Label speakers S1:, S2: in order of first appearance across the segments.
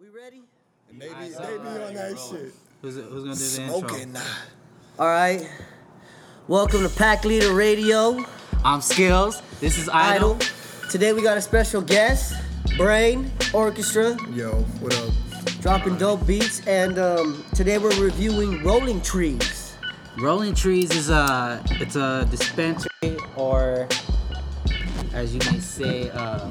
S1: We ready?
S2: And they be, they be on that shit.
S3: Who's, who's gonna do the
S2: Smoking
S3: intro?
S2: nah.
S1: All right. Welcome to Pack Leader Radio
S3: I'm Skills. This is Idol.
S1: Idol. Today we got a special guest, Brain Orchestra,
S2: Yo, what up?
S1: dropping dope beats, and um, today we're reviewing Rolling Trees.
S3: Rolling Trees is a it's a dispensary or as you may say uh, a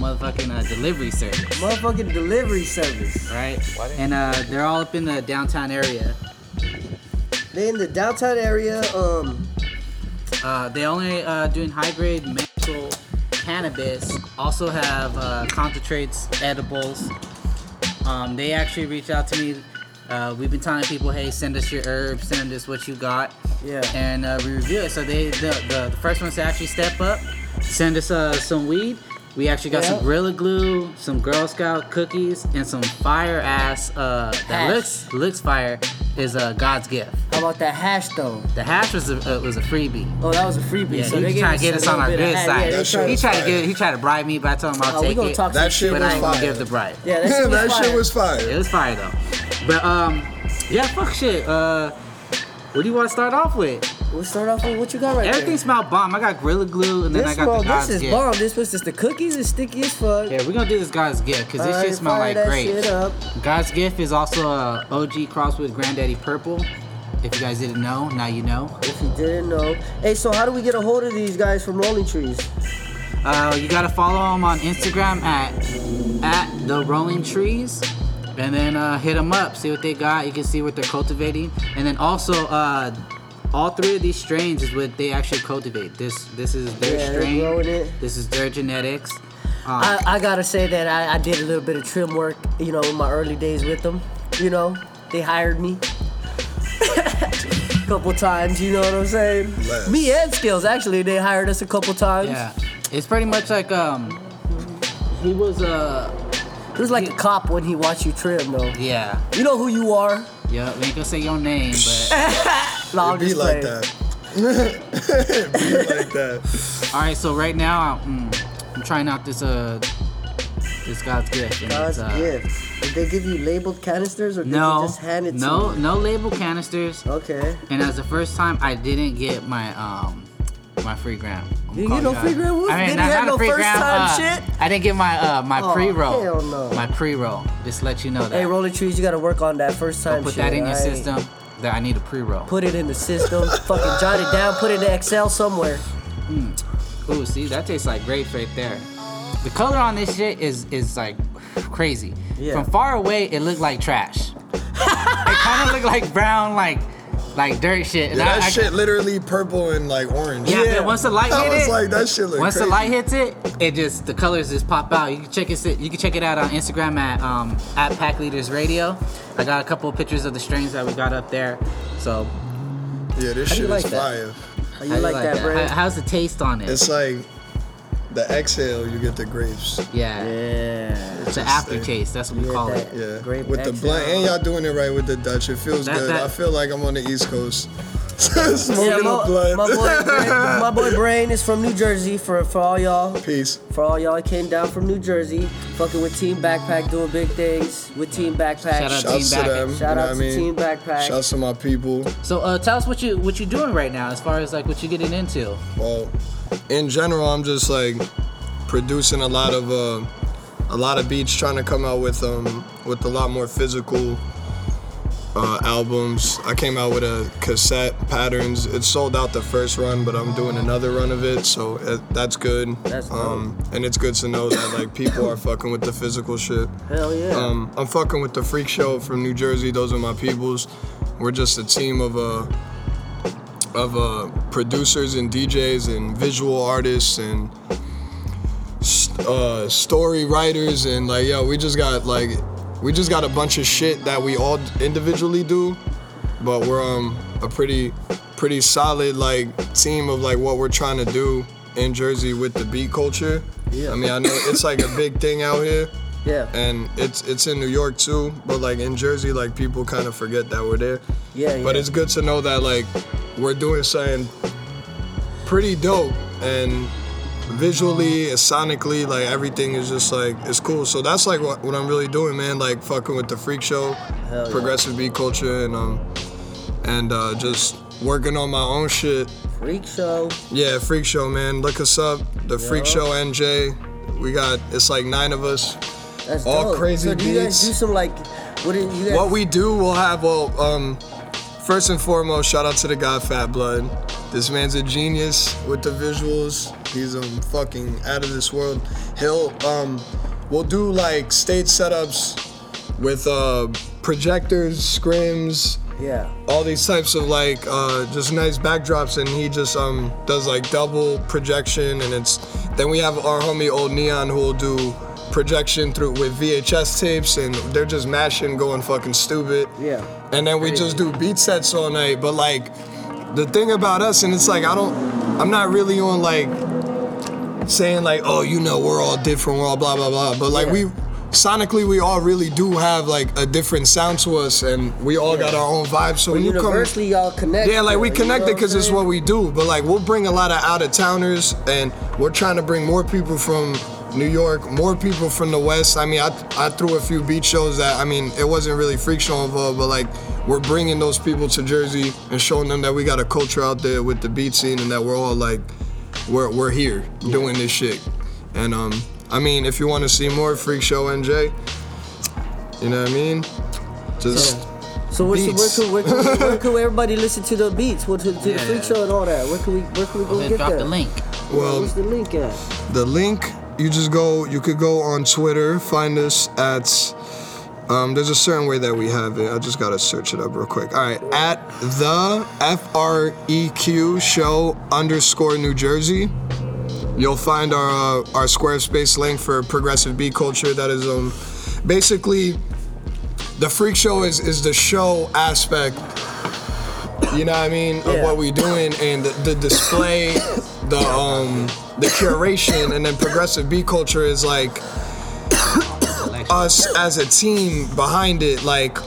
S3: motherfucking uh, delivery service,
S1: Motherfucking delivery service.
S3: right? And uh, they're all up in the downtown area.
S1: They in the downtown area. Um,
S3: Uh, they only uh, doing high grade medical cannabis. Also have uh, concentrates, edibles. Um, they actually reached out to me. Uh, we've been telling people, hey, send us your herbs, send us what you got,
S1: Yeah.
S3: and uh, we review it. So they the, the, the first ones to actually step up, send us uh, some weed. We actually got
S1: Yeah.
S3: some Gorilla Glue, some Girl Scout cookies, and some fire ass uh, that
S1: Hash.
S3: looks looks fire is uh, God's gift.
S1: how about that hash though?
S3: The hash was a, uh, was a freebie.
S1: Oh, that was a freebie.
S3: Yeah,
S1: so
S3: he
S1: they
S3: was
S1: gave
S3: trying to get
S1: a
S3: us on our
S1: little bit
S3: good
S1: of hash.
S3: side.
S1: Yeah, they
S2: That shit
S3: he
S1: tried-
S2: was
S3: tried to
S2: fire.
S3: get, he tried to bribe me, but I told him I'll
S1: Oh, we
S3: take
S1: gonna
S3: it.
S1: talk
S2: That
S1: some
S2: shit
S3: but
S2: was
S3: I ain't gonna
S2: fire.
S3: give the bribe.
S1: Yeah, that
S2: Yeah,
S1: shit was
S2: that shit
S1: fire.
S2: was
S3: It
S2: fire.
S3: was fire though. But um, yeah, fuck shit. Uh, what do you want to start off with?
S1: We'll start off with what you got right
S3: Everything
S1: there.
S3: smelled bomb. I got Gorilla Glue, and then I
S1: This,
S3: got
S1: bro,
S3: the
S1: this
S3: God's
S1: is
S3: gift.
S1: bomb. This was just the cookies is sticky as fuck.
S3: Yeah, we're gonna do this God's gift because this
S1: Alright,
S3: shit smell
S1: fire
S3: like
S1: that
S3: grapes.
S1: shit up.
S3: God's gift is also a OG cross with Granddaddy Purple. If you guys didn't know, now you know.
S1: If you didn't know. Hey, so how do we get a hold of these guys from Rolling Trees?
S3: Uh, you gotta follow him on Instagram at at the Rolling Trees, and then uh, hit them up. See what they got. You can see what they're cultivating, and then also uh, all three of these strains is what they actually cultivate. This this is their
S1: Yeah, they're
S3: strain.
S1: growing it. Uh,
S3: This is their genetics. Um,
S1: I, I gotta say that I, I did a little bit of trim work, you know, in my early days with them. You know, they hired me a couple times, you know what I'm saying?
S2: Bless.
S1: Me and Skills, actually, they hired us a couple times.
S3: Yeah, it's pretty much like um, he was uh
S1: It was like a cop when he watched you trim, though.
S3: yeah
S1: You know who you are.
S3: yeah. We ain't gonna say your name, but
S1: No,
S2: It
S1: I'm
S2: be
S1: just
S2: like
S1: playing.
S2: that. it be like that.
S3: all right. So right now I'm, I'm trying out this uh this God's gift. and
S1: God's
S3: it's, uh,
S1: gift. Did they give you labeled canisters or did
S3: No,
S1: they just hand it
S3: no,
S1: to Oh. you?
S3: no label canisters.
S1: Okay.
S3: And as the first time, I didn't get my um my free gram. I'm
S1: You didn't get
S3: calling
S1: no
S3: it out.
S1: free gram? What- didn't you have
S3: a
S1: no
S3: free
S1: first time
S3: uh,
S1: shit?
S3: I didn't get my uh my
S1: Oh,
S3: pre roll.
S1: hell no.
S3: My pre roll. Just let you know that.
S1: Hey, Rolling Trees, you gotta work on that first time.
S3: Put
S1: shit,
S3: that in your
S1: alright?
S3: system. That I need a pre roll.
S1: Put it in the system. fucking jot it down. Put it in Excel somewhere.
S3: Ooh, see, that tastes like grapes right there. The color on this shit is is like crazy.
S1: Yeah.
S3: From far away, it looked like trash. it kind of looked like brown, like like dirt shit. And
S2: Yeah,
S3: I-
S2: that
S3: I-
S2: shit literally purple and like orange.
S3: Yeah, but once the light
S2: I
S3: hit
S2: was
S3: it,
S2: like, that shit look
S3: once
S2: crazy.
S3: the light hits it, it just the colors just pop out. You can check it. You can check it out on Instagram at um, at Pack Leaders Radio. I got a couple of pictures of the strains that we got up there. So
S2: yeah, this
S1: How do you
S2: shit
S1: like
S2: is
S1: that? How
S2: fire.
S3: how
S1: Oh, you
S3: do
S1: like that,
S3: How-
S1: Brad?
S3: how's the taste on it?
S2: It's like the exhale, you get the grapes.
S3: yeah,
S1: Yeah.
S3: it's an
S2: just
S3: aftertaste. That's what we
S1: Yeah,
S3: call
S1: that-
S3: it.
S2: Yeah,
S1: Grape
S2: with the
S1: exhale.
S2: blunt, and y'all doing it right with the Dutch. It feels
S3: That-
S2: good.
S3: that-
S2: I feel like I'm on the East Coast, smoking
S1: Yeah,
S2: a
S1: my,
S2: blunt.
S1: my boy, Brain, my boy Brain is from New Jersey. For for all y'all,
S2: Peace.
S1: for all y'all, he came down from New Jersey, fucking with Team Backpack, doing big things with Team Backpack.
S3: Shout out
S2: Shouts
S3: Team
S2: to
S3: Backpack.
S2: them. you
S1: Shout
S2: know
S1: out
S2: what I
S1: to
S2: mean?
S1: Team Backpack.
S2: Shouts to my people.
S3: So uh, tell us what you what you doing right now, as far as like what you getting into.
S2: Well, in general, I'm just like producing a lot of uh, a lot of beats, trying to come out with um with a lot more physical uh, albums. I came out with a cassette patterns. It sold out the first run, but I'm doing another run of it, so it, that's good.
S1: That's dope.
S2: um, and it's good to know that like people are fucking with the physical shit.
S1: Hell yeah.
S2: Um, I'm fucking with the Freak Show from New Jersey. Those are my peoples. We're just a team of uh, of uh, producers and DJs and visual artists and s- uh, story writers and like yo, we just got like we just got a bunch of shit that we all individually do, but we're um a pretty pretty solid like team of like what we're trying to do in Jersey with the beat culture.
S1: Yeah.
S2: I mean, I know it's like a big thing out here
S1: yeah.
S2: and it's it's in New York too, but like in Jersey, like people kind of forget that we're there.
S1: Yeah,
S2: But
S1: yeah.
S2: it's good to know that like we're doing something pretty dope, and visually and sonically, like everything is just like it's cool. So that's like what, what I'm really doing, man. Like fucking with the freak show,
S1: yeah.
S2: progressive beat culture, and um, and uh, just working on my own shit.
S1: Freak show.
S2: Yeah, freak show, man. Look us up, the freak
S1: Yeah.
S2: show NJ. We got it's like nine of us.
S1: That's
S2: All
S1: dope.
S2: crazy
S1: So do you guys
S2: beats.
S1: do some like what do you guys
S2: What we do, we'll have well, um, first and foremost, shout out to the guy Fat Blood. This man's a genius with the visuals. He's um fucking out of this world. He'll um, we'll do like stage setups with uh projectors, scrims,
S1: Yeah.
S2: all these types of like uh, just nice backdrops and he just um, does like double projection and it's then we have our homie old neon who will do projection through with vhs tapes and they're just mashing going fucking stupid
S1: Yeah.
S2: and then we just do beat sets all night but like the thing about us and it's like i don't i'm not really on like saying like oh you know we're all different we're all blah blah blah but like
S1: Yeah.
S2: we sonically we all really do have like a different sound to us and we all got our own vibe so when you come
S1: Universally y'all connect.
S2: yeah, like we
S1: though, you know
S2: connected
S1: I'm
S2: because it's
S1: saying?
S2: what we do. But like we'll bring a lot of out of towners, and we're trying to bring more people from New York, more people from the West. I mean, I I threw a few beat shows that I mean it wasn't really freak show involved, but like we're bringing those people to Jersey and showing them that we got a culture out there with the beat scene and that we're all like we're we're here doing this shit. And um, I mean, if you want to see more freak show NJ, you know what I mean? Just.
S1: So where should, where
S2: Beats.
S1: could, where, could, where could everybody listen to the beats? What to, to the
S3: Yeah.
S1: freak show and all that? Where could we where could we go
S3: Then
S1: get
S3: drop
S1: that?
S3: the link.
S2: Well-
S1: where's the link at?
S2: the link you just go you could go on twitter find us at um, there's a certain way that we have it i just gotta search it up real quick all right at the f-r-e-q show underscore new jersey you'll find our uh, our squarespace link for progressive beat culture that is um basically the freak show is is the show aspect you know what i mean of
S1: Yeah.
S2: what we doing and the, the display the um the curation and then progressive beat culture is like us as a team behind it like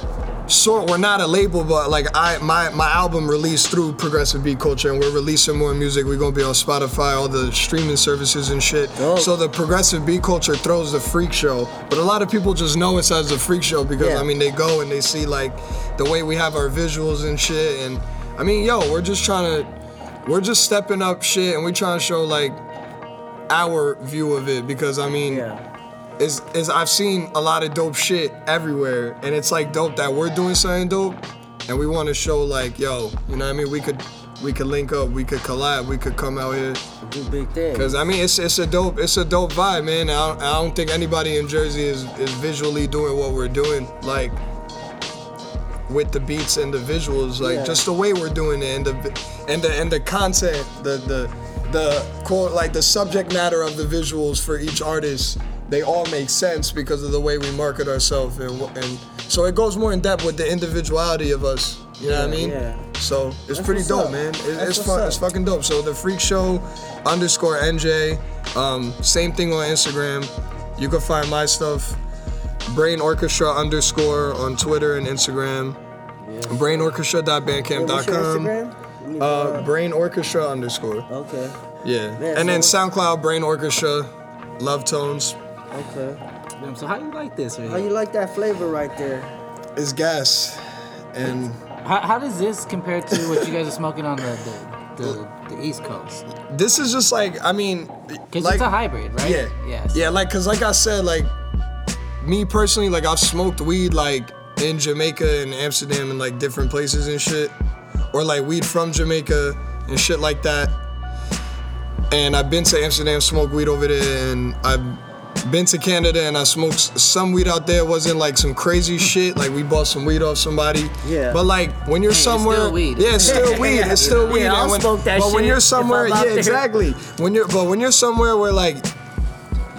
S2: sort we're not a label but like i my my album released through progressive beat culture and we're releasing more music we're gonna be on spotify all the streaming services and shit
S1: Dope.
S2: so the progressive beat culture throws the freak show but a lot of people just know it's as the freak show because
S1: Yeah.
S2: i mean they go and they see like the way we have our visuals and shit and i mean yo we're just trying to we're just stepping up shit and we trying to show like our view of it because i mean
S1: Yeah.
S2: is is I've seen a lot of dope shit everywhere, and it's like dope that we're doing something dope, and we want to show like, yo, you know what I mean? We could we could link up, we could collab, we could come out here,
S1: Do big things.
S2: cause I mean it's it's a dope it's a dope vibe, man. I don't, I don't think anybody in Jersey is is visually doing what we're doing like with the beats and the visuals, like
S1: Yeah.
S2: just the way we're doing it and the and the and the content, the the the quote like the subject matter of the visuals for each artist, they all make sense because of the way we market ourselves and wh- and so it goes more in depth with the individuality of us. You know what
S1: Yeah,
S2: I mean?
S1: yeah.
S2: So it's
S1: That's
S2: pretty
S1: what's
S2: dope,
S1: up.
S2: man. It-
S1: That's
S2: it's
S1: what's
S2: fun.
S1: up.
S2: It's fucking dope. So the freak show underscore NJ, um, same thing on Instagram. You can find my stuff Brain Orchestra underscore on Twitter and Instagram.
S1: Yeah, what's your
S2: BrainOrchestra.bandcamp.com.
S1: Instagram? Let me-
S2: Uh, Brain Orchestra underscore.
S1: okay.
S2: Yeah.
S1: Man,
S2: and then
S1: so-
S2: SoundCloud Brain Orchestra, Love Tones.
S1: Okay.
S3: Damn, So how you like this,
S1: How
S3: man?
S1: you like that flavor right there?
S2: It's gas. And
S3: How, how does this compare to what you guys are smoking on the the, the, the East Coast?
S2: this is just like, I mean,
S3: Because
S2: like,
S3: it's a hybrid, right?
S2: Yeah.
S3: Yes.
S2: Yeah, like cause like I said, like me personally, like I've smoked weed like in Jamaica and Amsterdam and like different places and shit. Or like weed from Jamaica and shit like that. And I've been to Amsterdam, smoked weed over there, and I've been to Canada and I smoked s- some weed out there. It wasn't like some crazy shit. Like we bought some weed off somebody.
S1: Yeah.
S2: But like when you're
S3: it's still
S2: somewhere,
S3: weed.
S2: yeah, it's still weed. It's still
S1: Yeah,
S2: weed.
S1: I'll
S2: and when,
S1: smoke that
S2: but when
S1: shit
S2: you're
S1: if
S2: somewhere,
S1: I'm
S2: yeah,
S1: out there.
S2: exactly. When you're but when you're somewhere where like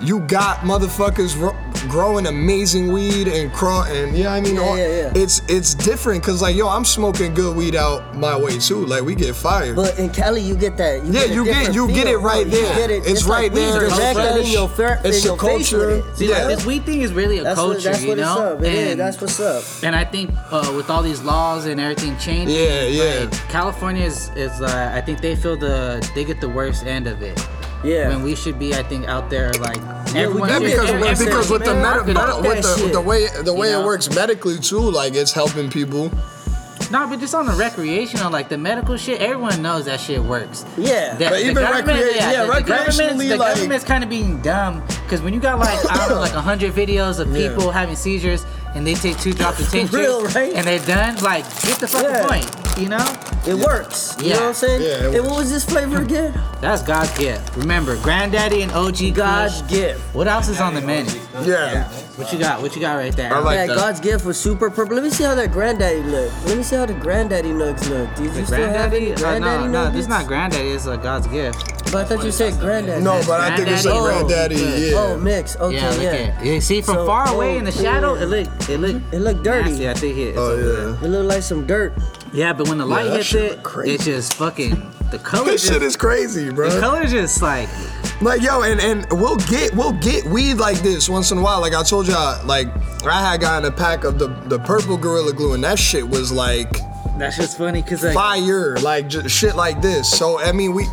S2: you got motherfuckers ro- growing amazing weed and craw and you know what I mean.
S1: Yeah,
S2: All-
S1: yeah, yeah.
S2: It's it's different because like yo, I'm smoking good weed out my way too. Like we get fired.
S1: But in Cali, you get that.
S2: Yeah,
S1: a
S2: you get-
S1: different
S2: you get
S1: feel,
S2: it right
S1: bro. You
S2: there.
S1: get it.
S2: It's
S1: like
S2: right
S1: weed
S2: there. It's
S1: directly
S2: fresh.
S1: in your, fer-
S2: It's
S1: in your
S2: the
S1: face with
S2: culture.
S1: it.
S3: See,
S2: Yeah.
S3: like, this weed thing is really a
S1: That's
S3: culture,
S1: what, that's
S3: you
S1: what
S3: know.
S1: it's up. It is.
S3: And-
S1: That's what's up.
S3: And I think uh, with all these laws and everything changing,
S2: Yeah, yeah.
S3: like, California is, is uh, I think they feel the they get the worst end of it.
S1: Yeah.
S3: When we should be, I think, out there like
S1: we
S3: everyone.
S1: Yeah,
S2: Yeah,
S3: should-
S2: because,
S1: everyone
S2: because,
S1: says,
S2: with the
S1: "Man,
S2: med-
S1: fuck
S2: med- with
S1: that
S2: the,
S1: shit."
S2: the way the way
S3: know?
S2: it works medically too, like it's helping people.
S3: No, but just on the recreational, like the medical shit, everyone knows that shit works.
S1: Yeah.
S2: But
S3: That- the
S2: even
S3: government-
S2: recrea- yeah,
S3: the- the government's-
S2: recreationally,
S3: the
S2: like-
S3: government's kind of being dumb because when you got like I don't know, like hundred videos of
S2: Yeah.
S3: people having seizures and they take two drops of tincture
S1: Real, right?
S3: and they're done, like get the fucking
S1: Yeah.
S3: point, you know?
S1: It works. You
S3: Yeah.
S1: know what I'm saying?
S2: Yeah, it
S1: and what
S2: works.
S1: was this flavor again?
S3: That's God's gift. Remember, Granddaddy and OG
S1: God's
S3: Kush.
S1: gift.
S3: What else is on the menu?
S2: Yeah,
S3: What you got? What you got right there?
S2: I like
S1: yeah,
S2: that.
S1: God's gift was super purple. Let me see how that granddaddy look. Let me see how the granddaddy nugs look. Did you still have any
S3: Granddaddy? Oh,
S1: granddaddy
S3: no, no, this
S1: nuggets?
S3: is not Granddaddy. It's uh, God's gift.
S1: But I thought you said granddaddy.
S2: No, but I think it's a
S1: Granddaddy.
S2: granddaddy. Yeah.
S1: Oh, mix. Okay,
S3: yeah, look
S1: yeah.
S3: at it. You see from
S1: So-
S3: far away in the
S1: oh,
S3: shadow,
S1: yeah.
S3: it look, it look,
S1: It look dirty.
S3: nasty. I think it- it's over there.
S2: oh
S1: It looked like some dirt.
S3: Yeah, but when the light
S2: that
S3: hits
S2: shit
S3: it,
S2: look crazy.
S3: it's just fucking the
S2: yeah.
S3: color.
S2: This
S3: just,
S2: shit is crazy, bro.
S3: the color just like
S2: Like yo, and and we'll get we'll get weed like this once in a while. Like I told y'all, like I had gotten a pack of the the purple gorilla glue, and that shit was like
S3: that's just funny because like
S2: fire, like just shit like this. So I mean, we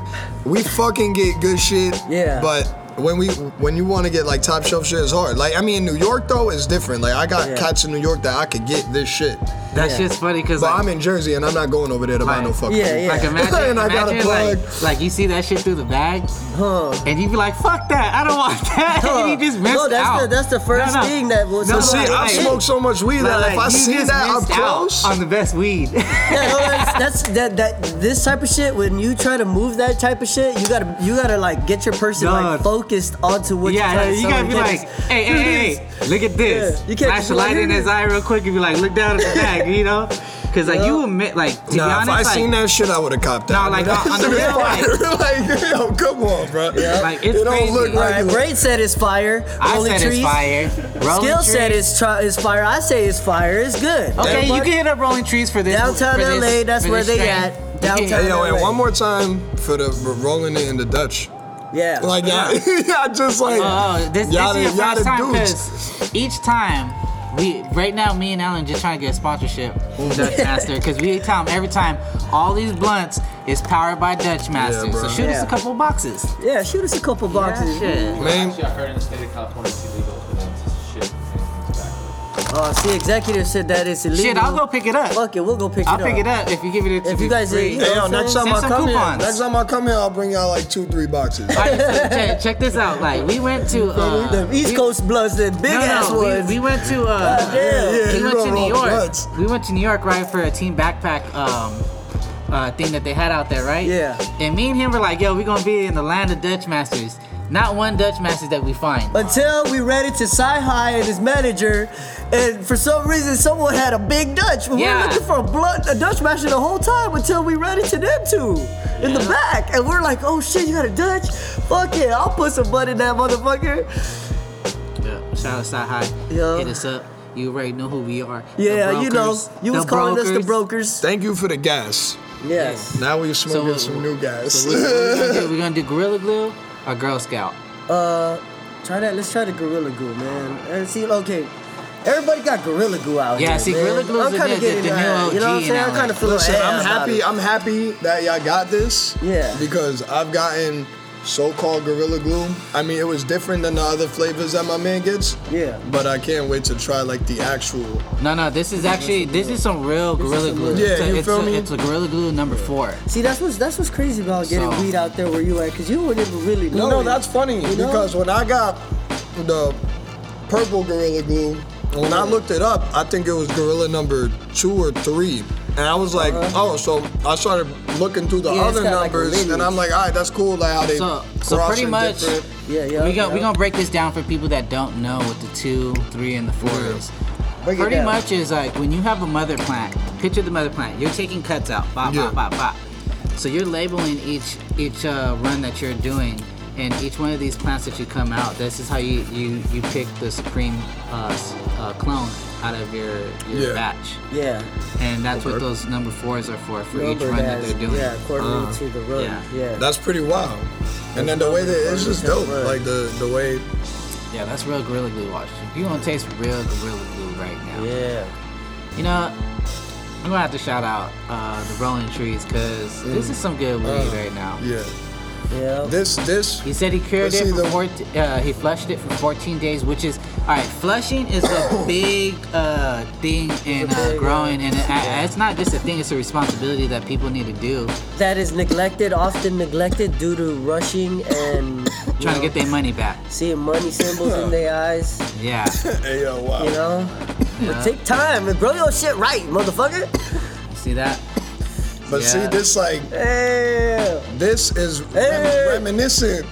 S2: we fucking get good shit.
S1: Yeah.
S2: But when we when you want to get like top shelf shit, it's hard. Like I mean, in New York though, it's different. Like I got
S1: Yeah.
S2: cats in New York that I could get this shit.
S3: that
S1: Yeah.
S3: shit's funny because
S2: But
S3: like,
S2: I'm in Jersey and I'm not going over there to buy no
S3: Right.
S2: fucking.
S1: Yeah, yeah.
S3: like imagine,
S2: And I got a
S3: imagine
S2: plug.
S3: like, like you see that shit through the bag,
S1: Huh.
S3: and you be like, "Fuck that, I don't want that," and you just missed
S1: No, that's
S3: out.
S1: the that's the first
S3: No, no.
S1: thing that was.
S3: No,
S2: But see,
S3: like,
S2: I
S3: like-
S2: smoke so much weed
S3: But,
S2: that if I
S3: you
S2: see
S3: just
S2: that up
S3: missed out
S2: close,
S3: on the best weed.
S1: Yeah, no, that's, that's that that this type of shit. When you try to move that type of shit, you gotta you gotta like get your person like
S3: Dog.
S1: focused onto what you're
S3: yeah, yeah,
S1: trying
S3: you
S1: to
S3: gotta be
S1: sell.
S3: like,
S1: can't just-
S3: hey,
S1: Here
S3: hey,
S1: it is.
S3: hey, look at this.
S1: Yeah, you can't
S3: Flash
S1: just
S3: the
S1: be like,
S3: light
S1: here
S3: in
S1: it
S3: his
S1: is.
S3: eye real quick and be like, look down at the bag, you know? Cause like you
S1: Yeah.
S3: admit, like to
S2: nah,
S3: be honest,
S2: if I
S3: like,
S2: seen that shit, I would have copped that.
S3: Nah, like,
S2: That
S3: on- on the
S2: shit is
S3: real, like-
S2: fire. like, yo, come on, bro.
S3: Like, it's
S2: it don't
S3: crazy.
S2: look
S3: All
S1: All
S2: right.
S1: right, Braid said it's fire.
S3: I
S1: Rolling
S3: said
S1: trees.
S3: it's fire. Rolling
S1: Skill
S3: trees.
S1: said it's tri- is fire. I say it's fire. It's good.
S3: Okay, you
S1: Everybody-
S3: can hit up Rolling Trees for this.
S1: Downtown
S3: for this-
S1: LA, that's
S3: for
S1: where
S3: this
S1: they
S3: strain.
S1: at.
S3: You can-
S1: Downtown.
S2: Hey, yo, and
S1: Right.
S2: one more time for the for rolling it in the Dutch.
S1: Yeah.
S2: Like, yeah, yeah, just like.
S3: Oh, this, this
S2: y'all
S3: is your
S2: the- y'all
S3: first
S2: the
S3: time
S2: dudes.
S3: because each time we right now me and Alan just trying to get a sponsorship from Dutch Master because we tell them every time all these blunts is powered by Dutch Master. so
S2: bro.
S3: shoot us
S1: Yeah.
S3: a couple boxes.
S1: Yeah, shoot us a couple boxes.
S3: Yeah,
S2: Man,
S4: Actually, I heard in the state of California, it's illegal for them to ship anything back.
S1: Oh, see, executive said that it's
S3: shit.
S1: illegal.
S3: Shit, I'll go pick it up.
S1: Fuck it, we'll go pick
S3: I'll
S1: it up.
S3: pick it up if you give it to
S1: If
S3: me
S1: you guys
S3: free.
S1: ain't-
S2: hey, yo, next time
S3: Send
S2: I
S3: some
S2: come here,
S3: coupons.
S2: next time I come here, I'll bring y'all like two, three boxes.
S3: All right, so check, check this out. Like we went to uh,
S1: The East
S3: we-
S1: Coast bloods, the big
S3: no, no,
S1: ass
S3: we-
S1: ones.
S3: We, went to uh,
S1: damn.
S2: Yeah,
S3: we
S2: you
S3: went
S2: gonna
S3: to New
S2: roll
S3: York.
S2: bloods.
S3: We went to New York right for a team backpack um, uh, thing that they had out there, right?
S1: Yeah.
S3: And me and him were like, "Yo, we gonna be in the land of Dutch masters. Not one Dutch master that we find."
S1: Until we ran into Sci High and his manager, and for some reason someone had a big Dutch. We
S3: Yeah.
S1: were looking for a blunt, a Dutch master the whole time until we ran into them two in the back, and we're like, "Oh shit, you got a Dutch? Fuck it, I'll put some butt in that motherfucker."
S3: Yeah, shout out Sci High.
S1: Yeah.
S3: Hit us up. You already know who we are. The
S1: Yeah, you know,
S3: brokers,
S1: you
S3: the
S1: was calling us the
S3: brokers.
S1: brokers.
S2: Thank you for the gas.
S1: Yes.
S2: Now we're smoking
S3: So-
S2: some new gas.
S3: So what- what we gonna do? We're gonna do Gorilla Glue or Girl Scout.
S1: Uh, try that. Let's try the Gorilla Glue, man. And see, okay. Everybody got Gorilla Glue out
S3: Yeah,
S1: here.
S3: see,
S1: man.
S3: Gorilla Glue's
S1: I'm
S3: the-
S1: kinda
S3: the-
S1: getting
S3: the new
S1: that, You know what I'm
S3: OG
S1: saying?
S3: now,
S1: I'm kind of
S3: like-
S1: feeling
S2: Listen,
S1: ass
S2: I'm
S1: about
S2: happy.
S1: it.
S2: I'm happy that y'all got this.
S1: Yeah.
S2: Because I've gotten so-called gorilla glue. I mean, it was different than the other flavors that my man gets.
S1: Yeah.
S2: But I can't wait to try like the actual.
S3: No, no, this is actually this is some real Gorilla Glue.
S2: real-
S3: It's a-
S2: Yeah, you
S3: it's
S2: feel
S3: a,
S2: me?
S3: It's a Gorilla Glue number four.
S1: See, that's what's that's what's crazy about getting
S3: So-
S1: weed out there where you at, cause you would never really know.
S2: No,
S1: it.
S2: that's funny
S1: You know?
S2: because when I got the purple gorilla glue, when I looked it up, I think it was gorilla number two or three. And I was like, oh, so I started looking through the
S1: Yeah, it's
S2: other
S1: got, like, a
S2: numbers, and I'm like, all right, that's cool, like how they
S3: So, so
S2: cross
S3: pretty
S2: and
S3: much,
S2: different.
S1: Yeah, yeah,
S3: we gonna
S1: yeah.
S3: we gonna break this down for people that don't know what the two, three, and the four is.
S1: Break it
S3: Pretty
S1: down.
S3: much is like when you have a mother plant. Picture the mother plant. You're taking cuts out. Bop,
S2: Yeah.
S3: bop, bop, bop. So you're labeling each each uh, run that you're doing, and each one of these plants that you come out. This is how you you you pick the supreme uh, s- uh, clone out of your your
S2: Yeah.
S3: batch.
S1: yeah.
S3: And that's what those number fours are for, for each
S1: Numbered
S3: run that
S1: as-
S3: they're doing. Uh, Uh-huh.
S1: Yeah, according to the run. Yeah.
S3: yeah.
S2: That's pretty wild. And then the way that it's just dope, like the the way.
S3: Yeah, that's real Gorilla Glue wash. You gonna taste real Gorilla Glue right now.
S1: yeah.
S3: You know, I'm gonna have to shout out uh, the Rolling Trees because this is some good weed right now.
S2: Yeah.
S1: Yeah.
S2: This this
S3: He said he cured
S2: But
S3: it
S2: see,
S3: for
S2: the-
S3: 14, uh, he flushed it for 14 days, which is all right. Flushing is a big uh, thing in uh, growing, and it, I- it's not just a thing; it's a responsibility that people need to do,
S1: That is neglected, often neglected due to rushing and you
S3: trying
S1: know,
S3: to get their money back.
S1: seeing money symbols in their eyes.
S3: Yeah,
S2: hey yo wow.
S1: You know, but take time and grow your shit right, motherfucker.
S3: see that?
S2: But see
S3: Yeah.
S2: this like
S1: Yeah.
S2: this is rem-
S1: Hey.
S2: reminiscent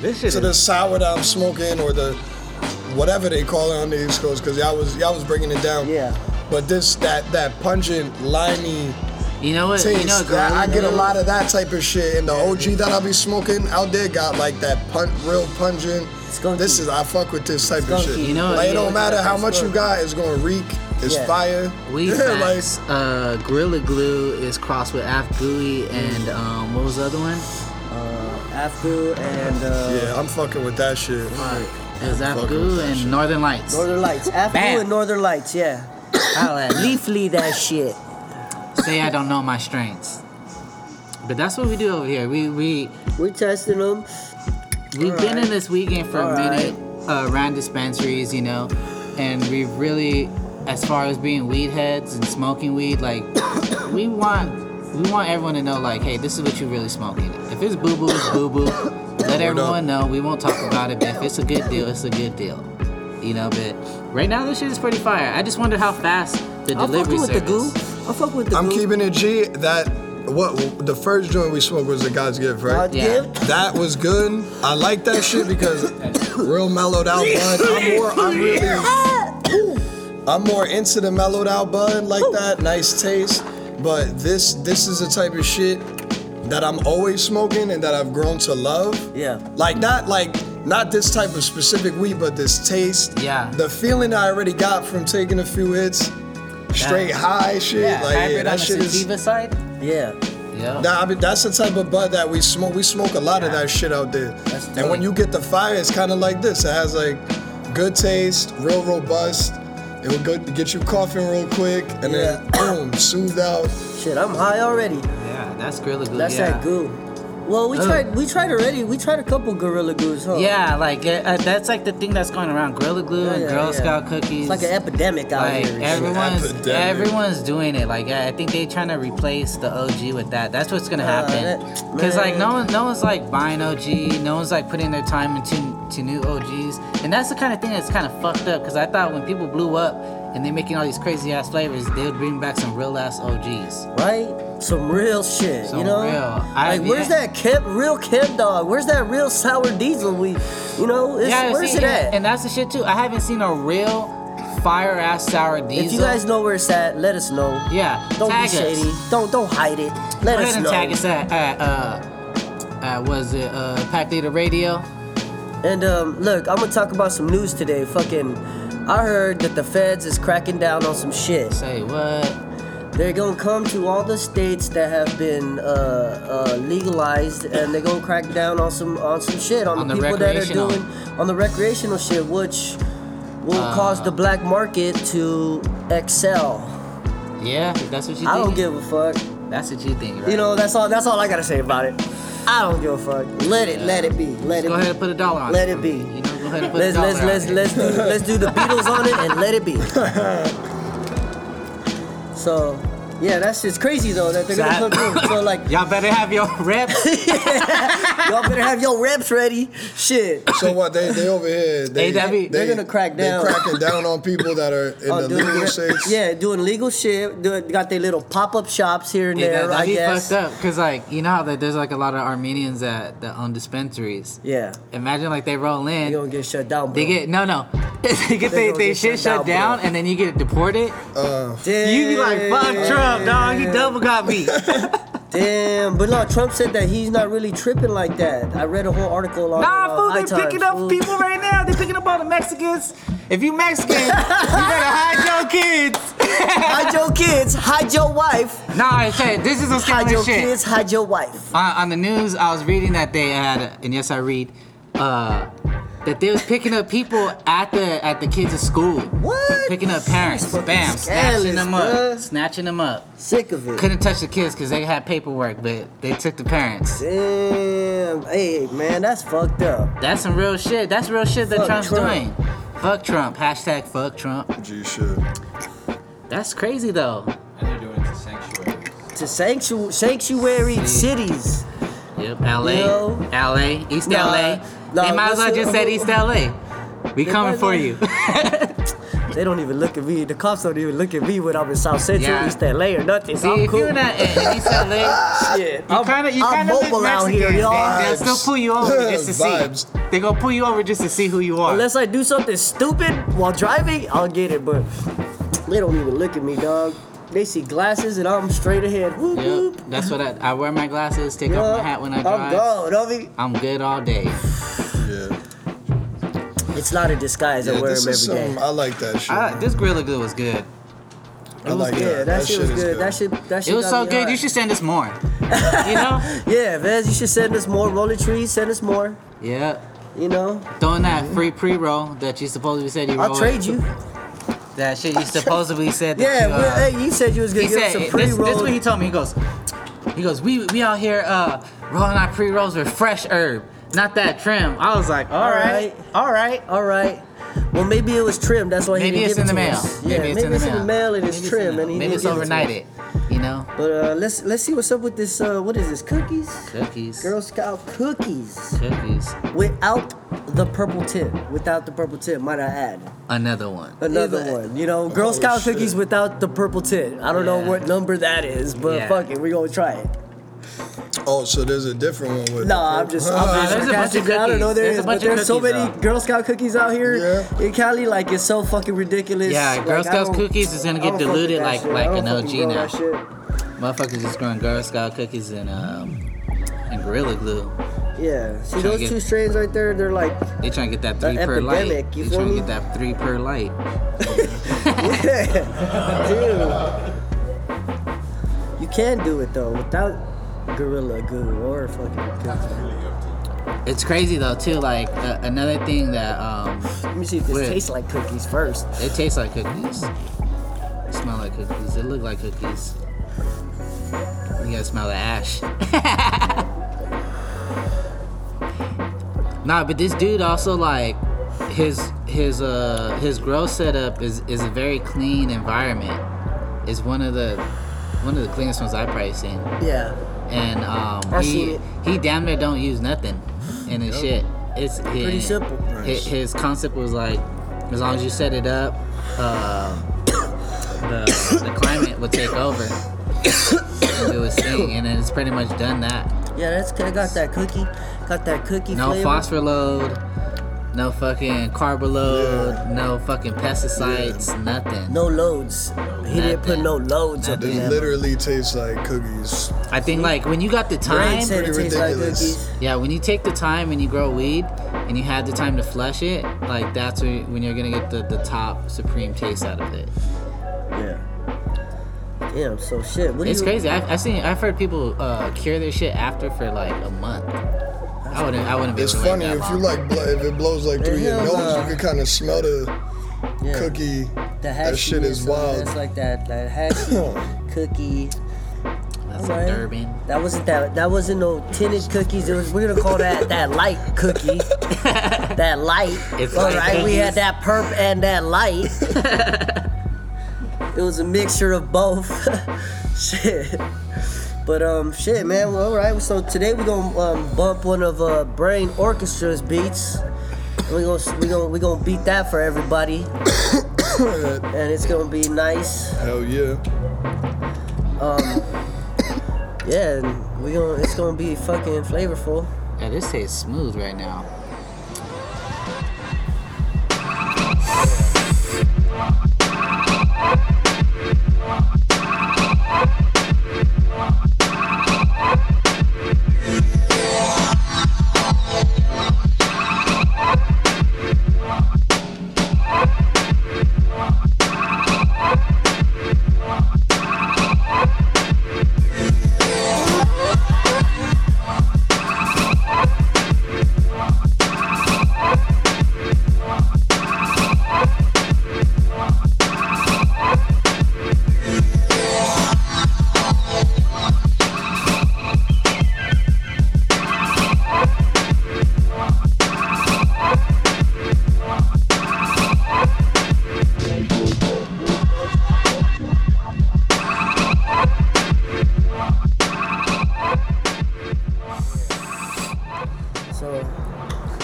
S3: This shit
S2: to the sour that I'm smoking or the whatever they call it on the East Coast because y'all was y'all was bringing it down.
S1: Yeah.
S2: But this that that pungent limey
S3: you know what?
S2: taste
S3: you know,
S2: that I get a
S3: growing-
S2: lot of that type of shit and the OG that I'll be smoking out there got like that pun- real pungent.
S1: Skunky.
S2: This is I fuck with this type of
S1: Skunky.
S2: shit.
S1: You
S3: know,
S2: like, it
S3: yeah,
S2: don't matter how
S1: that's
S2: much you
S1: good.
S2: got, it's gonna reek. It's
S1: Yeah.
S2: fire.
S3: Weed
S2: yeah, like
S3: facts, uh, Gorilla Glue is crossed with Afgui and um, what was the other one?
S1: Uh, Afro and uh,
S2: yeah, I'm fucking with that shit.
S3: It was
S2: fucking with
S3: Afgui
S2: that
S3: and
S2: shit.
S3: Northern Lights.
S1: Northern Lights. Afro
S3: Bam.
S1: and Northern Lights. Yeah. I'll leafly that shit.
S3: Say I don't know my strengths. But that's what we do over here. We we
S1: We're testing them.
S3: We've
S1: All
S3: been
S1: right.
S3: in this weekend for
S1: All
S3: a minute uh, around dispensaries, you know, and we really, as far as being weed heads and smoking weed, like we want we want everyone to know, like, hey, this is what you're really smoking. If it's boo boo, it's boo boo. Let everyone know. We won't talk about it, but if it's a good deal, it's a good deal. You know, but right now this shit is pretty fire. I just wonder how fast the
S1: I'll fuck
S3: delivery
S1: with the goo.
S3: service.
S1: I'll fuck with the
S2: I'm
S1: goo.
S2: keeping it G. That what the first joint we smoked was the God's gift, right?
S1: I'll
S3: Yeah.
S1: give.
S2: That was good. I like that shit because real mellowed out bud. I'm more, I'm really, I'm more into the mellowed out bud like that. Nice taste, but this this is the type of shit that I'm always smoking and that I've grown to love.
S1: Yeah.
S2: Like not like not this type of specific weed, but this taste.
S3: Yeah.
S2: The feeling I already got from taking a few hits, straight high shit.
S3: Yeah,
S2: like yeah, that
S3: hybrid on the
S2: shit is.
S3: sativa side.
S1: Yeah.
S3: Yeah.
S2: Nah, I mean, that's the type of bud that we smoke. We smoke a lot of that shit out there.
S1: That's
S2: and
S1: dope.
S2: when you get the fire, it's kind of like this. It has like good taste, real robust. It will go, get you coughing real quick, and then boom, soothed out.
S1: Shit, I'm high already.
S3: yeah, that's Gorilla Glue.
S1: That's
S3: yeah.
S1: that goo. Well, we
S3: Ugh.
S1: tried. We tried already. We tried a couple gorilla goos, huh?
S3: Yeah, like uh, uh, that's like the thing that's going around Gorilla Glue
S1: Yeah,
S3: and
S1: yeah,
S3: Girl
S1: yeah.
S3: Scout cookies.
S1: It's like an epidemic out
S3: Like,
S1: here. and shit.
S3: everyone's
S2: Epidemic.
S3: everyone's doing it. Like I I think they trying to replace the OG with that. That's what's gonna
S1: Uh,
S3: happen.
S1: that-
S3: Because like no
S1: man.
S3: one no one's like buying OG. No one's like putting their time into to new OGs. And that's the kind of thing that's kind of fucked up. Because I thought when people blew up and they're making all these crazy ass flavors, they would bring back some real ass OGs.
S1: right? Some real shit,
S3: Some
S1: you know?
S3: real. I-
S1: Like, where's
S3: yeah.
S1: that camp, real camp dog? Where's that real sour diesel we, you know? It's,
S3: Yeah,
S1: where's
S3: see,
S1: it at?
S3: and, and that's the shit too. I haven't seen a real fire ass sour diesel.
S1: if you guys know where it's at, let us know.
S3: yeah,
S1: Don't
S3: tag
S1: be
S3: us.
S1: shady. Don't don't hide it. Let us
S3: Go ahead and
S1: know.
S3: tag us at, at uh, at was it uh, Pack Theater Radio?
S1: And um, look, I'm gonna talk about some news today. Fucking, I heard that the feds is cracking down on some shit.
S3: Say what?
S1: They're gonna come to all the states that have been uh, uh, legalized, and they're gonna crack down on some on some shit on,
S3: On
S1: the,
S3: the
S1: people that are
S3: recreational.
S1: doing on the recreational shit, which will
S3: Uh,
S1: cause the black market to excel.
S3: Yeah, if that's what you think.
S1: I don't give a fuck.
S3: That's what you think, right?
S1: You know, that's all. That's all I gotta say about it. I don't give a fuck. Let it, let it be. Let it
S3: go
S1: be.
S3: ahead and put a dollar on
S1: Let
S3: it.
S1: it be.
S3: You know, go ahead and put a
S1: Let's
S3: dollar
S1: let's
S3: on
S1: let's
S3: it.
S1: let's do let's do the Beatles on it and let it be. So, yeah, that's just crazy though that they're gonna
S3: So I-
S1: come through. So like.
S3: Y'all better have your reps.
S1: Y'all better have your reps ready. Shit.
S2: So what? They they over here. They,
S3: Hey, that be-
S1: They're gonna crack down.
S2: They cracking down on people that are in
S1: Oh,
S2: the
S1: doing
S2: legal
S1: re-
S2: states.
S1: Yeah, doing legal shit. Do, got their little pop up shops here and
S3: Yeah,
S1: there,
S3: that, that'd
S1: I
S3: be
S1: guess.
S3: fucked up. Cause like you know how that there's like a lot of Armenians that that own dispensaries.
S1: Yeah,
S3: Imagine like they roll
S1: they
S3: in,
S1: gonna get shut down. Bro.
S3: they get no no, they get
S1: They
S3: they,
S1: gonna
S3: they
S1: get
S3: shit
S1: shut down,
S3: shut down,
S1: bro.
S3: and then you get deported.
S2: Uh,
S1: damn,
S3: You be like, fuck Trump, dog. He double got me.
S1: Damn, but no, Trump said that he's not really tripping like that. I read a whole article on.
S3: Nah,
S1: uh,
S3: fool, they
S1: High Times,
S3: picking up
S1: fool.
S3: people right now. They picking up all the Mexicans. If you Mexican, you better hide your kids.
S1: Hide your kids, hide your wife,
S3: nah, I said this is some
S1: hide your
S3: scandalous shit.
S1: kids, hide your wife.
S3: On, on the news, I was reading that they had, and yes, I read, uh, that they was picking up people at the at the kids' at school.
S1: What?
S3: Picking up parents,
S1: That's fucking
S3: bam, snatching
S1: scandalous,
S3: them up,
S1: bruh.
S3: snatching them up.
S1: Sick of it.
S3: Couldn't touch the kids because they had paperwork, but they took the parents.
S1: Damn. Hey, man, that's fucked up.
S3: That's some real shit. That's real shit that
S1: Fuck
S3: Trump's
S1: Trump.
S3: doing. Fuck Trump. Hashtag fuck Trump.
S2: G shit.
S3: That's crazy though.
S4: And they're doing it to sanctuaries.
S1: To sanctu- sanctuary cities.
S3: Yep. LA.
S1: Yo.
S3: LA. East
S1: Nah,
S3: LA.
S1: nah,
S3: they might as well
S1: listen-
S3: just said East LA. We coming
S1: might
S3: for
S1: as
S3: you.
S1: They don't even look at me. The cops don't even look at me when I'm in South Central,
S3: Yeah.
S1: East LA, or nothing.
S3: See,
S1: I'm
S3: if
S1: cool.
S3: you're not in East LA,
S1: Shit.
S3: You kind of, you kind of
S1: mobile out here, y'all.
S3: They'll still pull you over just to see.
S2: Vibes.
S3: They gonna pull you over just to see who you are.
S1: Unless I do something stupid while driving, I'll get it. But they don't even look at me, dog. They see glasses and I'm straight ahead. Whoop
S3: Yep,
S1: whoop.
S3: that's what I, I wear my glasses, take off
S1: Yeah.
S3: my hat when I
S1: I'm
S3: drive.
S1: gone, homie.
S3: I'm good all day.
S2: Yeah.
S1: It's not a disguise. I
S2: Yeah,
S1: wear
S2: this
S1: them
S2: is
S1: every
S2: something
S1: day.
S2: I like that shit.
S3: I, this Gorilla Glue was good.
S2: I like
S1: Yeah, that,
S2: that. That
S1: shit was
S2: is
S1: good. That shit, that shit.
S3: It was
S1: got
S3: so
S1: me
S3: good.
S1: hard.
S3: You should send us more. you know?
S1: Yeah, Vez, you should send us more rolling trees. Send us more.
S3: Yeah.
S1: You know,
S3: Throwing that free pre-roll that you supposedly said you.
S1: I'll
S3: rolled.
S1: trade you.
S3: That shit you supposedly said. That
S1: Yeah,
S3: you, uh,
S1: well, hey, you said you was gonna
S3: He
S1: give us
S3: said
S1: some
S3: this,
S1: pre
S3: this is
S1: roll.
S3: what he told me. He goes, he goes, we we out here uh, rolling our pre rolls with fresh herb, not that trim. I was like, all right, all right.
S1: All right. Well, maybe it was trimmed. That's why he
S3: Maybe
S1: didn't
S3: it's
S1: give
S3: in
S1: it
S3: the
S1: to
S3: mail.
S1: us.
S3: Maybe
S1: yeah,
S3: it's in the mail.
S1: and it's
S3: Maybe in
S1: trimmed,
S3: the-
S1: and he
S3: maybe
S1: didn't
S3: it's
S1: give it to
S3: overnighted.
S1: us.
S3: You know,
S1: But uh, let's let's see what's up with this. Uh, what is this? Cookies?
S3: cookies,
S1: Girl Scout cookies
S3: cookies.
S1: without the purple tip. Without the purple tip, might I add?
S3: Another one.
S1: Another
S3: Either-
S1: one. You know, Girl
S2: Oh,
S1: Scout
S2: shit.
S1: cookies without the purple tip. I don't know
S3: Yeah.
S1: what number that is, but
S3: Yeah.
S1: fuck it, we gonna try it.
S2: Oh, so there's a different one with.
S1: Nah, I'm just. I'm
S2: Ah.
S1: just
S3: Uh, there's a bunch
S1: sarcastic.
S3: of
S1: I don't know.
S3: cookies.
S1: There
S3: There's
S1: is,
S3: a bunch
S1: but
S3: of
S1: there's so
S3: cookies,
S1: many Girl Scout cookies out here in Cali. Like it's so fucking ridiculous.
S3: Yeah,
S1: Like,
S3: Girl
S1: I
S3: Scouts
S1: don't-
S3: cookies is gonna
S1: I
S3: get
S1: don't fuck with
S3: diluted
S1: that
S3: like-
S1: shit.
S3: like
S1: I don't
S3: an
S1: fucking
S3: OG
S1: grow
S3: now.
S1: that shit.
S3: Motherfuckers just growing Girl Scout cookies and um and Gorilla Glue.
S1: Yeah. See
S3: Tryna
S1: those
S3: get-
S1: two strains right there? They're like,
S3: They trying to get that
S1: An
S3: three per
S1: epidemic,
S3: light.
S1: you
S3: They
S1: feel
S3: trying to
S1: me?
S3: get that three per light.
S1: dude. You can do it though without Gorilla Glue or fucking. Cookies.
S3: It's crazy though too. Like uh, another thing that um
S1: Let me see if this
S3: Wait.
S1: tastes like cookies first.
S3: They taste like cookies. Smell like cookies. They look like cookies. You gotta smell the ash. nah, but this dude also like his his uh his grow setup is is a very clean environment. It's one of the one of the cleanest ones I've probably seen.
S1: Yeah.
S3: And um
S1: I see
S3: he
S1: it.
S3: he damn near don't use nothing in his shit. It's
S1: Pretty simple.
S3: His, his concept was like, as long as you set it up, uh, the, the climate will take over and do its thing, and then it's pretty much done that.
S1: Yeah, that's. I got that cookie. Got that cookie
S3: No
S1: flavor.
S3: phosphor load, no fucking carbo load, no fucking pesticides, nothing.
S1: No loads. He didn't put
S3: Nothing.
S1: no loads up
S2: They
S1: in there.
S2: literally taste like cookies.
S3: I think like when you got the
S1: Brain
S3: time,
S1: said it
S2: pretty
S1: tastes like
S2: ridiculous.
S1: cookies.
S3: Yeah, when you take the time and you grow weed and you have the time to flush it, like that's where, when you're gonna get the, the top supreme taste out of it.
S1: Yeah. Damn. So shit. What do
S3: It's
S1: you?
S3: crazy. I've, I've seen I've heard people uh, cure their shit after for like a month. I wouldn't I wouldn't be.
S2: It's
S3: able to wait
S2: funny
S3: that
S2: if you
S3: long.
S2: like blo- if it blows like through your
S1: Hell
S2: nose,
S1: nah.
S2: you can kind of smell the
S1: Yeah.
S2: cookie.
S1: The
S2: that shit
S1: hashiness
S2: is
S1: and all that.
S2: wild.
S1: It's like that. That hash cookie.
S3: That's
S1: Alright.
S3: a Durban.
S1: That wasn't that. That wasn't no tinted cookies. It was. We're gonna call that that light cookie. that light.
S3: It's
S1: All
S3: light
S1: right. We
S3: cookies.
S1: had that perp and that light. it was a mixture of both. shit. But um, shit, man. Well, all right. So today we're gonna um, bump one of uh, Brain Orchestra's beats. We're gonna we gonna we gonna beat that for everybody, and it's gonna be nice.
S2: Hell yeah.
S1: Yeah, and we gonna it's gonna be fucking flavorful.
S3: Yeah, this tastes smooth right now.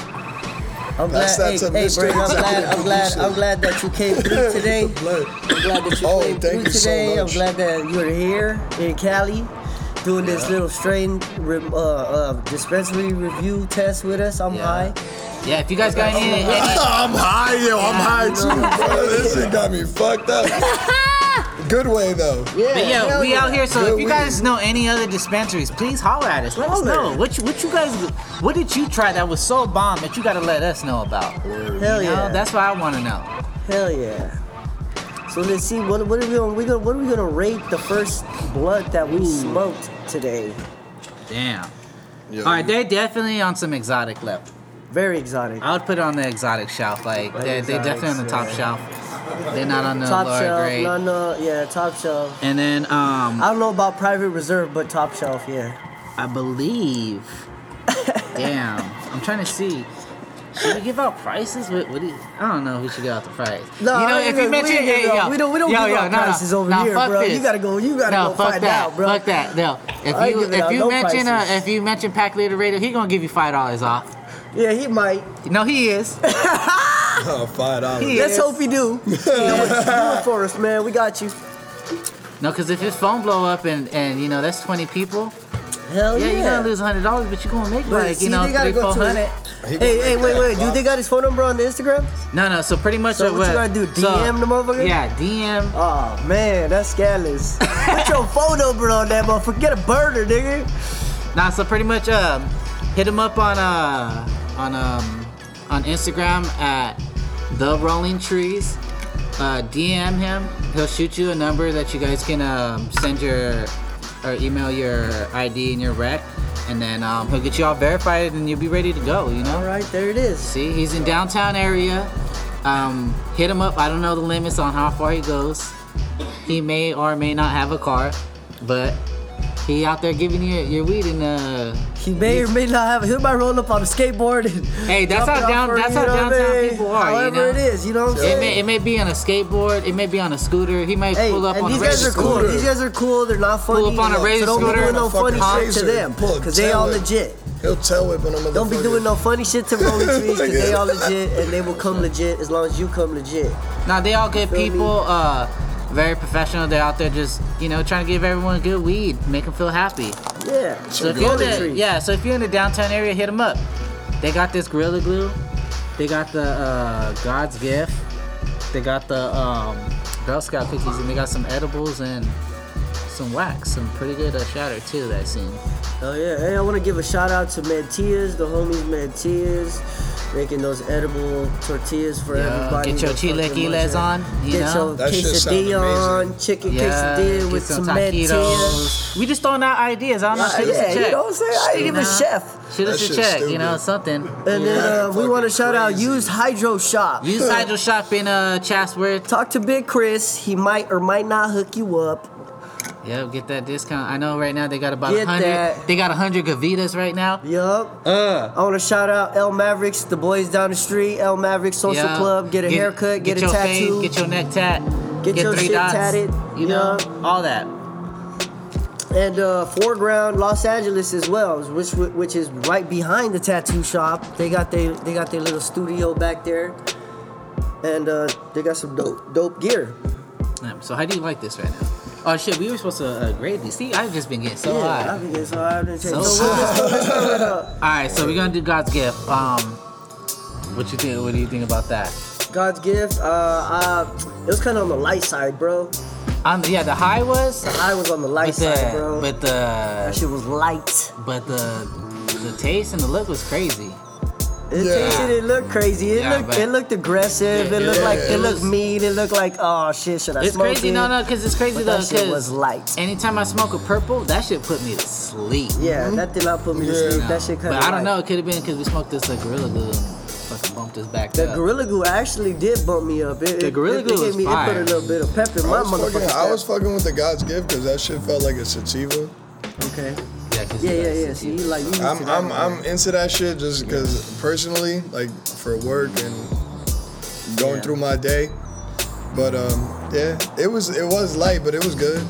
S2: Pass that
S1: hey,
S2: to
S1: hey,
S2: Mr.
S1: Brandon, I'm glad,
S2: Executive
S1: I'm glad,
S2: Producer.
S1: I'm glad that you came through today.
S2: Blood.
S1: I'm glad that you
S2: Oh,
S1: came
S2: thank
S1: through
S2: you so
S1: today. I'm
S2: much.
S1: glad that you're here in Cali doing this little strain re- uh, uh, dispensary review test with us. I'm high.
S3: Yeah, if you guys got any, any
S2: I'm high, yo. I'm high too, bro. This shit got me fucked up. Good way though.
S1: Yeah,
S3: But yeah,
S1: hell
S3: we out here. So
S2: Good
S3: if you
S2: weed.
S3: guys know any other dispensaries, please holler at us. Let us
S1: Holler.
S3: know what you, what you guys what did you try that was so bomb that you got to let us know about.
S1: Hell
S3: You know,
S1: yeah.
S3: that's what I want to know.
S1: Hell yeah. So let's see what what are we gonna we gonna what are we gonna rate the first blunt that we smoked today?
S3: Damn.
S2: Yo,
S3: All right, they're definitely on some exotic level.
S1: Very exotic.
S3: I would put it on the exotic shelf. Like
S1: Like
S3: they're, they're
S1: exotics,
S3: definitely on the top
S1: yeah.
S3: shelf. They're not on the
S1: top
S3: lower
S1: shelf,
S3: grade.
S1: no no yeah, top shelf.
S3: And then um,
S1: I don't know about private reserve, but top shelf, yeah.
S3: I believe. Damn, I'm trying to see. Should we give out prices? What, what do you, I don't know who should give out the price.
S1: No,
S3: you know,
S1: I
S3: if
S1: mean,
S3: you mention,
S1: we,
S3: hey,
S1: don't-
S3: yo,
S1: we don't we don't
S3: yo,
S1: give
S3: yo,
S1: out
S3: no, no,
S1: prices over
S3: no,
S1: here,
S3: fuck
S1: bro.
S3: This.
S1: You gotta go, you gotta
S3: no,
S1: go
S3: fuck
S1: find
S3: that.
S1: out, bro.
S3: Fuck that. No,
S1: I
S3: if
S1: ain't
S3: you
S1: giving
S3: if
S1: out
S3: you
S1: no
S3: mention uh,
S1: prices.
S3: if you mention Pack Leader Radio, he gonna give you five dollars off.
S1: Yeah, he might.
S3: No, he is.
S2: Oh, five dollars.
S3: He
S1: Let's
S3: is.
S1: hope he do. do, it, do it for us, man. We got you.
S3: No, because if his phone blow up and and you know that's twenty people,
S1: Hell
S3: yeah,
S1: Oh, yeah.
S3: you're gonna lose hundred dollars, but you're gonna make
S1: But
S3: like
S1: see,
S3: you know
S1: they gotta
S3: three
S1: go
S3: four
S1: to
S3: hundred.
S1: Hey, hey, wait, wait. Do they got his phone number on the Instagram?
S3: No, no. So pretty much
S1: So
S3: uh,
S1: what you gotta do, DM the motherfucker?
S3: Yeah, DM.
S1: Oh man, that's scandalous. Put your phone number on that motherfucker. Get a burner, nigga.
S3: Nah, so pretty much um, hit him up on uh on um on Instagram at the Rolling Trees. Uh, DM him. He'll shoot you a number that you guys can um, send your or email your ID and your rec, and then um, he'll get you all verified and you'll be ready to go. You know.
S1: All right, there it is.
S3: See, he's in downtown area. Um, hit him up. I don't know the limits on how far he goes. He may or may not have a car, but he out there giving you your weed and uh.
S1: He may or may not have. He might roll up on a skateboard. And
S3: Hey, that's
S1: drop it
S3: how
S1: off
S3: down-
S1: for,
S3: that's
S1: you
S3: how
S1: know what I
S3: downtown
S1: mean?
S3: people are, you
S1: However
S3: know?
S1: it is, you know what I'm saying?
S3: It may, it may be on a skateboard. It may be on a scooter. He may
S1: Hey,
S3: pull up
S1: and
S3: on a
S1: these guys
S3: razor
S1: are cool.
S2: scooter.
S1: These guys are cool. They're not funny.
S3: Pull up on a
S1: so
S3: razor
S1: don't be
S3: scooter.
S1: doing no funny
S2: Motherfucking
S1: shit to
S2: taser.
S1: them,
S2: Pull a
S1: cause they all
S2: taser.
S1: legit.
S2: He'll tail whip on a motherfucker.
S1: Don't be doing no funny shit to rolling trees, cause they
S2: Yeah.
S1: all legit, and they will come legit as long as you come legit.
S3: Now they all good
S1: Feel me?
S3: people. Uh, very professional. They're out there just you know trying to give everyone good weed, make them feel happy.
S1: Yeah.
S3: So if you're in
S1: rolling
S3: the,
S1: trees.
S3: yeah, so if you're in the downtown area, hit them up. They got this Gorilla Glue. They got the uh, God's Gift. They got the um, Girl Scout cookies, and they got some edibles and some wax, some pretty good uh, shatter too. That scene.
S1: Oh yeah, hey, I want to give a shout out to Mantias, the homies Mantias, making those edible tortillas for
S3: Yeah,
S1: everybody.
S3: get your
S1: Those fucking
S3: chilaquiles
S1: ones,
S3: on,
S1: yeah.
S3: you
S1: get
S3: know?
S1: your
S2: That shit sound
S1: quesadilla on,
S2: amazing.
S1: chicken
S3: Yeah,
S1: quesadilla
S3: get
S1: with some,
S3: some
S1: Mantias. Uh,
S3: taquitos. We just throwing out ideas. I don't know.
S1: Yeah,
S3: Shoot us a
S1: yeah, you
S3: check.
S1: know what I'm saying? I ain't even a chef.
S2: That
S3: Shoot us a
S2: shit's
S3: check. You know
S2: stupid.
S3: something.
S1: And
S3: you know?
S1: then uh, we
S2: Fucking
S1: want to shout out
S2: crazy.
S1: Used Hydro Shop.
S3: use Hydro Shop in uh, Chatsworth.
S1: Talk to Big Chris. He might or might not hook you up.
S3: Yep, get that discount. I know right now they got about
S1: Get
S3: a
S1: that.
S3: hundred. They got a hundred Gavitas right now.
S1: Yup.
S2: Uh.
S1: I want to shout out L Mavericks, the boys down the street. L Mavericks Social
S3: Yeah.
S1: Club. Get a haircut. Get, a
S3: your
S1: tattoo.
S3: fade, get your neck tat.
S1: Get your
S3: three
S1: shit
S3: dots,
S1: tatted,
S3: You know,
S1: yeah.
S3: all that.
S1: and uh, foreground Los Angeles as well, which which is right behind the tattoo shop. They got they they got their little studio back there, and uh, they got some dope dope gear.
S3: Yeah, So how do you like this right now? Oh shit, we were supposed to uh, grade these. See, I've just been getting so
S1: yeah, I
S3: high.
S1: think it's all right. So,
S3: So
S1: so let's go, let's go with, uh,
S3: All right, so we're gonna do God's gift. Um, what you think? What do you think about that?
S1: God's gift. Uh, uh, it was kind of on the light side, bro.
S3: Um, yeah, the high was,
S1: I was on the light
S3: but the,
S1: side, bro.
S3: but
S1: that
S3: the,
S1: shit was light.
S3: but the, the taste and the look was crazy.
S1: It
S2: Yeah.
S1: tasted. It looked crazy. It
S3: Yeah,
S1: looked.
S3: but-
S1: It looked aggressive.
S3: Yeah,
S1: it looked
S2: yeah,
S1: like.
S2: it
S1: It looked
S3: was-
S1: mean. It looked like. Oh shit! Should I
S3: It's
S1: smoke
S3: crazy.
S1: it?
S3: No, no, because it's crazy
S1: But
S3: though.
S1: that shit
S3: 'cause
S1: was light.
S3: anytime I smoke a purple, that shit put me to sleep.
S1: Yeah, that did not put me to
S2: Mm-hmm. Yeah.
S1: sleep.
S3: No.
S1: That shit kind
S3: But
S1: of.
S3: I don't know. It could have been because we smoked this like Gorilla Glue and fucking bumped us back
S1: The
S3: up.
S1: Gorilla Glue actually did bump me up. It,
S3: The
S1: it-
S3: Gorilla
S1: it,
S3: Glue
S1: it gave
S3: was
S1: me, It
S3: fire.
S1: put a little bit of pep in
S2: I
S1: my
S2: was, fucking,
S1: motherfucking.
S2: I was fucking with the God's gift because that shit felt like a sativa.
S1: step. okay.
S3: yeah, 'cause
S1: Yeah,
S3: you
S1: yeah,
S3: guys
S1: yeah.
S3: did
S1: See,
S3: you.
S1: you like you. used to
S2: I'm
S1: that,
S2: I'm
S1: man.
S2: I'm into that shit just because personally, like for work and going
S3: Yeah.
S2: through my day. But um, yeah, it was it was light, but it was good.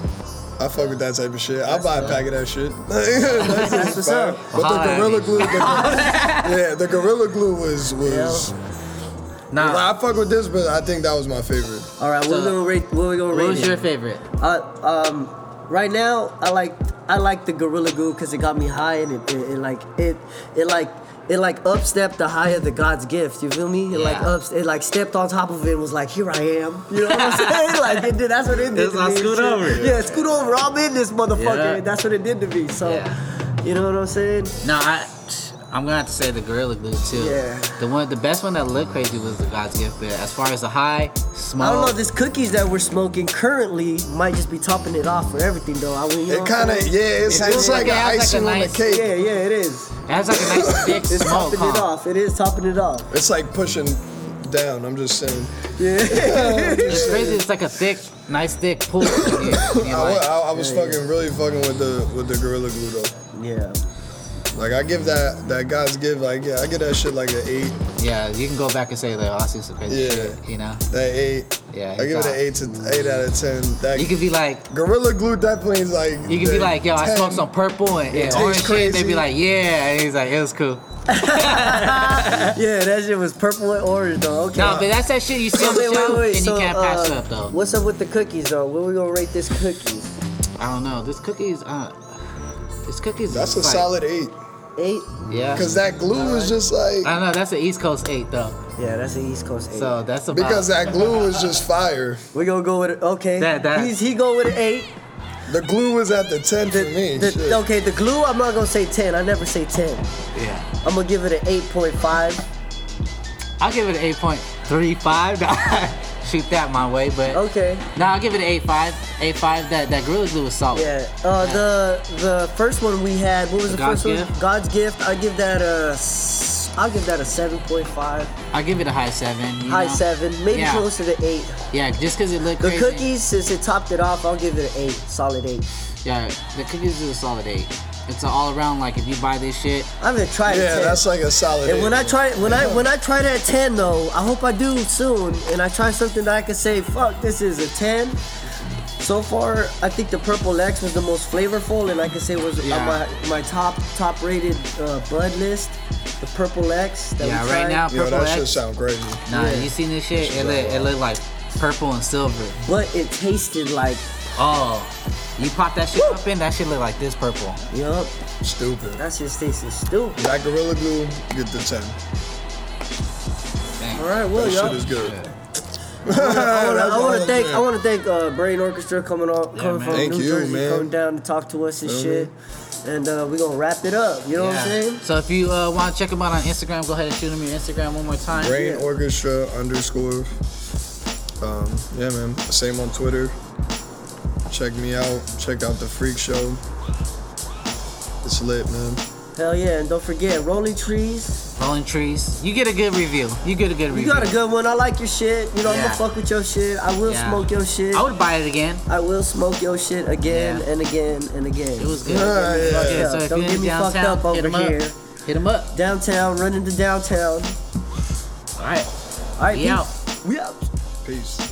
S2: I fuck with that type of shit. I buy a pack of that shit. That's
S1: That's what's up.
S2: But
S3: Holla
S2: the
S3: at
S2: gorilla
S3: me.
S2: glue, the, yeah, the gorilla glue was was
S3: Nah.
S2: I fuck with this, but I think that was my favorite.
S1: All right, we're
S3: So-
S1: gonna rate. What we gonna
S3: What
S1: rate?
S3: was
S1: it?
S3: your favorite?
S1: Uh, um, right now, I like I like the Gorilla Glue because it got me high and it, it, it like it it like it like upstepped the high of the God's gift. You feel me? It like
S3: Yeah.
S1: ups, it like stepped on top of it and was like, here I am. You know what I'm saying? like it did. That's what it did.
S3: It's
S1: to
S3: like,
S1: me.
S3: scoot
S1: Shit.
S3: over.
S1: Yeah, scoot over. I'm in this motherfucker.
S3: Yeah.
S1: That's what it did to me. So,
S3: Yeah.
S1: you know what I'm saying?
S3: No, I. I'm gonna have to say the Gorilla Glue too.
S1: Yeah.
S3: The one, the best one that looked crazy was the God's Gift. But as far as the high smoke,
S1: I don't know. These cookies that we're smoking currently might just be topping it off for everything, though. I mean, you know
S2: It
S1: what I'm
S2: kind of
S1: saying?
S2: yeah, it's,
S3: It
S2: it's
S3: feels
S2: like
S3: like it
S2: an
S3: has, like, a
S2: icing on
S3: nice-
S2: the cake.
S1: Yeah, yeah, it is.
S3: it has like a nice thick
S1: It's topping
S3: smoke.
S1: it
S3: Huh?
S1: off. It is topping it off.
S2: It's like pushing down. I'm just saying.
S3: It's crazy. It's like a thick, nice thick pool. in here, you
S2: I,
S3: know,
S2: wa-
S3: like-
S2: I, I was fucking really fucking with the with the gorilla glue though.
S1: Yeah.
S2: Like I give that that God's give. Like yeah, I give that shit like an eight.
S3: yeah, you can go back and say like, oh, I see some crazy
S2: Yeah.
S3: shit. You know,
S2: That eight.
S3: Yeah,
S2: I give it
S3: he's
S2: an eight to eight out of ten. That
S3: you could be like,
S2: gorilla glue definitely is like.
S3: you could
S2: the
S3: be like, yo, I
S2: 10.
S3: smoked some purple and, and
S2: tastes
S3: orange shit. and They'd
S2: crazy.
S3: be like, yeah. And he's like, it was cool.
S1: Yeah, that shit was purple and orange though. Okay.
S3: No, but that's that shit you see on the shelf and you can't pass
S1: uh,
S3: up though.
S1: What's up with the cookies though? Where we gonna rate this cookies?
S3: I don't know. This cookies, uh, this cookies.
S2: That's a
S3: is like-
S2: solid eight.
S1: Eight?
S3: Yeah.
S2: Cause that glue is just like.
S3: I know that's an East Coast eight though,
S1: Yeah, that's an East Coast eight.
S3: so that's about.
S2: Because that glue is just fire.
S1: We're gonna go with it. Okay.
S3: That- that-
S1: He's, he go with an eight.
S2: The glue is at the ten for
S1: The,
S2: me.
S1: the-
S2: shit.
S1: okay, the glue, I'm not gonna say 10. I never say 10.
S3: yeah,
S1: I'm gonna give it an 8.5.
S3: I'll give it an eight point three five. Shoot that my way, but
S1: Okay.
S3: no, I'll give it an eight five. Eight five. That that Gorilla Glue was solid.
S1: Yeah. Uh, the the first one we had, what was the
S3: God's
S1: first one?
S3: Gift?
S1: God's gift. I give that a, s- I'll give that a seven point five,
S3: I'll give it a high seven. you
S1: high
S3: know?
S1: seven, maybe
S3: Yeah.
S1: closer to eight.
S3: Yeah, just because it looked
S1: The
S3: crazy.
S1: cookies, since it topped it off, I'll give it an eight, solid eight.
S3: Yeah, the cookies is a solid eight. It's an all around. Like if you buy this shit,
S1: I haven't tried a
S2: yeah,
S1: ten.
S2: that's like a solid
S1: and
S2: eight.
S1: when I try when I when I try that ten though, I hope I do soon. And I try something that I can say, fuck, this is a ten. So far, I think the purple X was the most flavorful, and I can say was
S3: Yeah.
S1: on my my top top rated uh, bud list. The purple X. That
S3: yeah,
S1: we
S3: right
S1: tried.
S3: now
S2: Yo,
S3: purple
S2: that shit
S3: X.
S2: sound crazy.
S3: Nah,
S1: Yeah.
S3: you seen this shit? It look, it look like purple and silver.
S1: But it tasted like,
S3: Oh, you pop that shit up in, that shit look like this purple.
S1: yup,
S2: Stupid.
S1: that shit tasted stupid.
S2: That gorilla glue, get the ten.
S3: Dang.
S1: All right, well,
S2: That
S1: y'all.
S2: shit is good.
S1: I wanna- I want to
S2: That's
S1: thank I
S2: awesome.
S1: want to thank uh, Brain Orchestra coming on
S3: Yeah,
S1: coming
S3: man.
S1: from
S2: Thank
S1: New
S2: you,
S1: Jersey
S2: man.
S1: coming down to talk to us and shit, and uh, we gonna wrap it up. You know what I'm
S3: Yeah.
S1: saying?
S3: So if you uh, want to check them out on Instagram, go ahead and shoot them your Instagram one more time.
S2: Brain Orchestra underscore. Um, yeah, man. Same on Twitter. Check me out. Check out the Freak Show. It's lit, man.
S1: Hell yeah! And don't forget Rolling Trees.
S3: Rolling trees. You get a good review. You get a good
S1: You
S3: review.
S1: got a good one. I like your shit. You know I'm
S3: Yeah.
S1: gonna fuck with your shit. I will
S3: Yeah.
S1: smoke your shit.
S3: I would buy it again.
S1: I will smoke your shit again
S3: Yeah.
S1: and again and again.
S3: It was good.
S2: Yeah, yeah,
S3: Okay,
S1: yeah.
S3: so if
S1: Don't
S3: you're
S1: get
S3: in
S1: me fucked
S3: downtown,
S1: up
S3: hit
S1: over
S3: 'em up.
S1: here.
S3: Hit them up.
S1: downtown, running to downtown.
S3: All right.
S1: All right,
S3: We
S1: peace.
S3: out.
S1: We out.
S2: Peace.